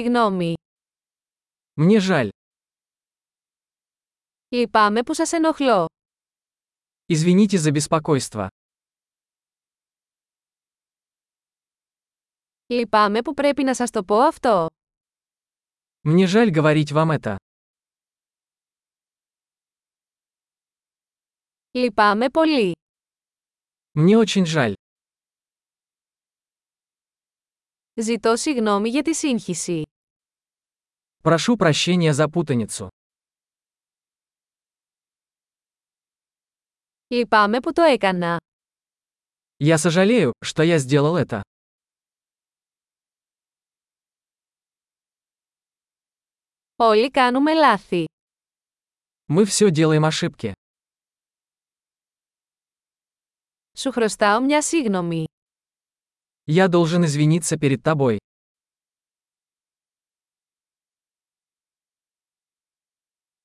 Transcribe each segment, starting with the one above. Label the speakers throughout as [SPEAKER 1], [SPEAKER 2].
[SPEAKER 1] Συγγνώμη.
[SPEAKER 2] Мне жаль.
[SPEAKER 1] Λυπάμαι που σας ενοχλώ.
[SPEAKER 2] Извините за беспокойство.
[SPEAKER 1] Λυπάμαι που πρέπει να σας το πω αυτό.
[SPEAKER 2] Мне жаль говорить вам это.
[SPEAKER 1] Λυπάμαι πολύ.
[SPEAKER 2] Мне очень жаль.
[SPEAKER 1] Ζητώ συγγνώμη για τη σύγχυση.
[SPEAKER 2] Прошу прощения за путаницу.
[SPEAKER 1] Λυπάμαι που το έκανα.
[SPEAKER 2] Я сожалею, что я сделал это.
[SPEAKER 1] Όλοι κάνουμε λάθη.
[SPEAKER 2] Мы все делаем ошибки.
[SPEAKER 1] Σου χρωστάω μια σύγγνωμη.
[SPEAKER 2] Я должен извиниться перед тобой.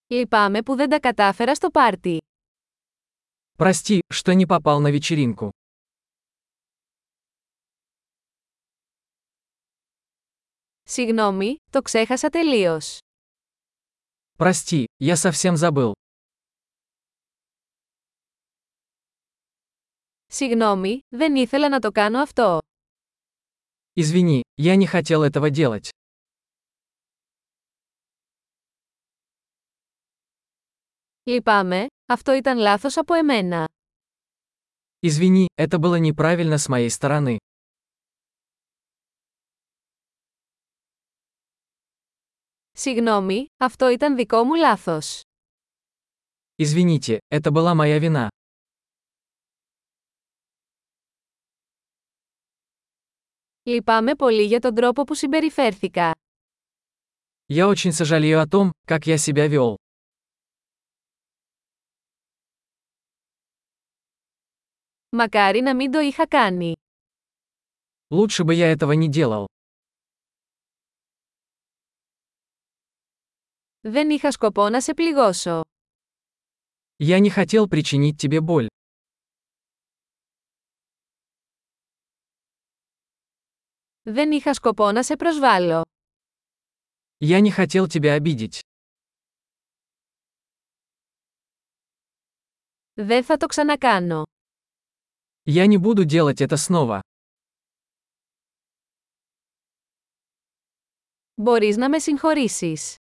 [SPEAKER 1] Λυπάμαι που δεν τα κατάφερα στο πάρτι.
[SPEAKER 2] Прости, что не попал на вечеринку.
[SPEAKER 1] Συγγνώμη, το ξέχασα τελείως.
[SPEAKER 2] Прости, я совсем забыл.
[SPEAKER 1] Συγγνώμη, δεν ήθελα να το κάνω αυτό.
[SPEAKER 2] Извини, я не хотел этого делать.
[SPEAKER 1] Λυπάμαι, αυτό ήταν λάθος από εμένα.
[SPEAKER 2] Извини, это было неправильно с моей стороны.
[SPEAKER 1] Συγγνώμη, αυτό ήταν δικό μου λάθος.
[SPEAKER 2] Извините, это была моя вина.
[SPEAKER 1] Λυπάμαι πολύ για τον τρόπο που συμπεριφέρθηκα.
[SPEAKER 2] Я очень сожалею о том, как я себя вел.
[SPEAKER 1] Μακάρι να μην το είχα κάνει.
[SPEAKER 2] Лучше бы я этого не делал.
[SPEAKER 1] Δεν είχα σκοπό να σε πληγώσω.
[SPEAKER 2] Я не хотел причинить тебе боль.
[SPEAKER 1] Δεν είχα σκοπό να σε προσβάλλω.
[SPEAKER 2] Я не хотел тебя обидеть.
[SPEAKER 1] Δεν θα το ξανακάνω.
[SPEAKER 2] Я не буду делать это снова.
[SPEAKER 1] Μπορείς να με συγχωρήσεις.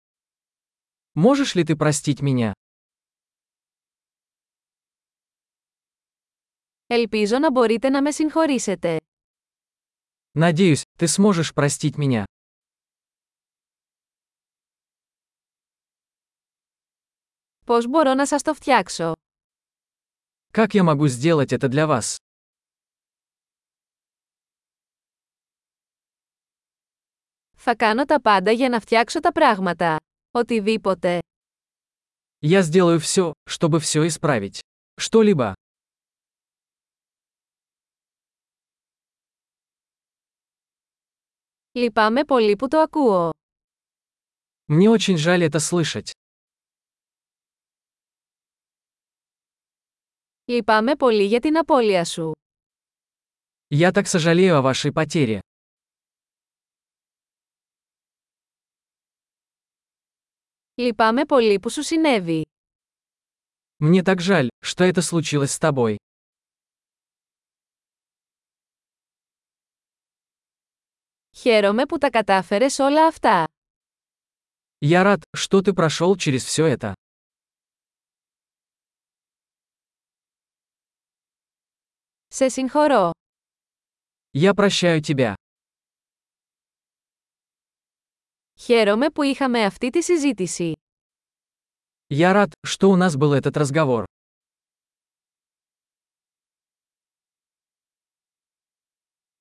[SPEAKER 2] Можешь ли ты простить меня?
[SPEAKER 1] Ελπίζω να μπορείτε να με συγχωρήσετε.
[SPEAKER 2] Надеюсь, ты сможешь простить меня.
[SPEAKER 1] Πώς μπορώ να σας το φτιάξω.
[SPEAKER 2] Как я могу сделать это для вас?
[SPEAKER 1] Θα κάνω τα πάντα για να φτιάξω τα πράγματα. Οτιδήποτε.
[SPEAKER 2] Я сделаю все, чтобы все исправить. Что-либо.
[SPEAKER 1] Λυπάμαι πολύ που το ακούω.
[SPEAKER 2] Мне очень жаль это слышать.
[SPEAKER 1] Λυπάμαι πολύ για την απώλεια σου.
[SPEAKER 2] Я так сожалею о вашей потере.
[SPEAKER 1] Λυπάμαι πολύ που σου συνέβη.
[SPEAKER 2] Мне так жаль, что это случилось с тобой.
[SPEAKER 1] Χαίρομαι που τα κατάφερες όλα αυτά.
[SPEAKER 2] Я рад, что ты прошел через все это.
[SPEAKER 1] Σε συγχωρώ.
[SPEAKER 2] Я прощаю тебя.
[SPEAKER 1] Χαίρομαι που είχαμε αυτή τη συζήτηση.
[SPEAKER 2] Я рад, что у нас был этот разговор.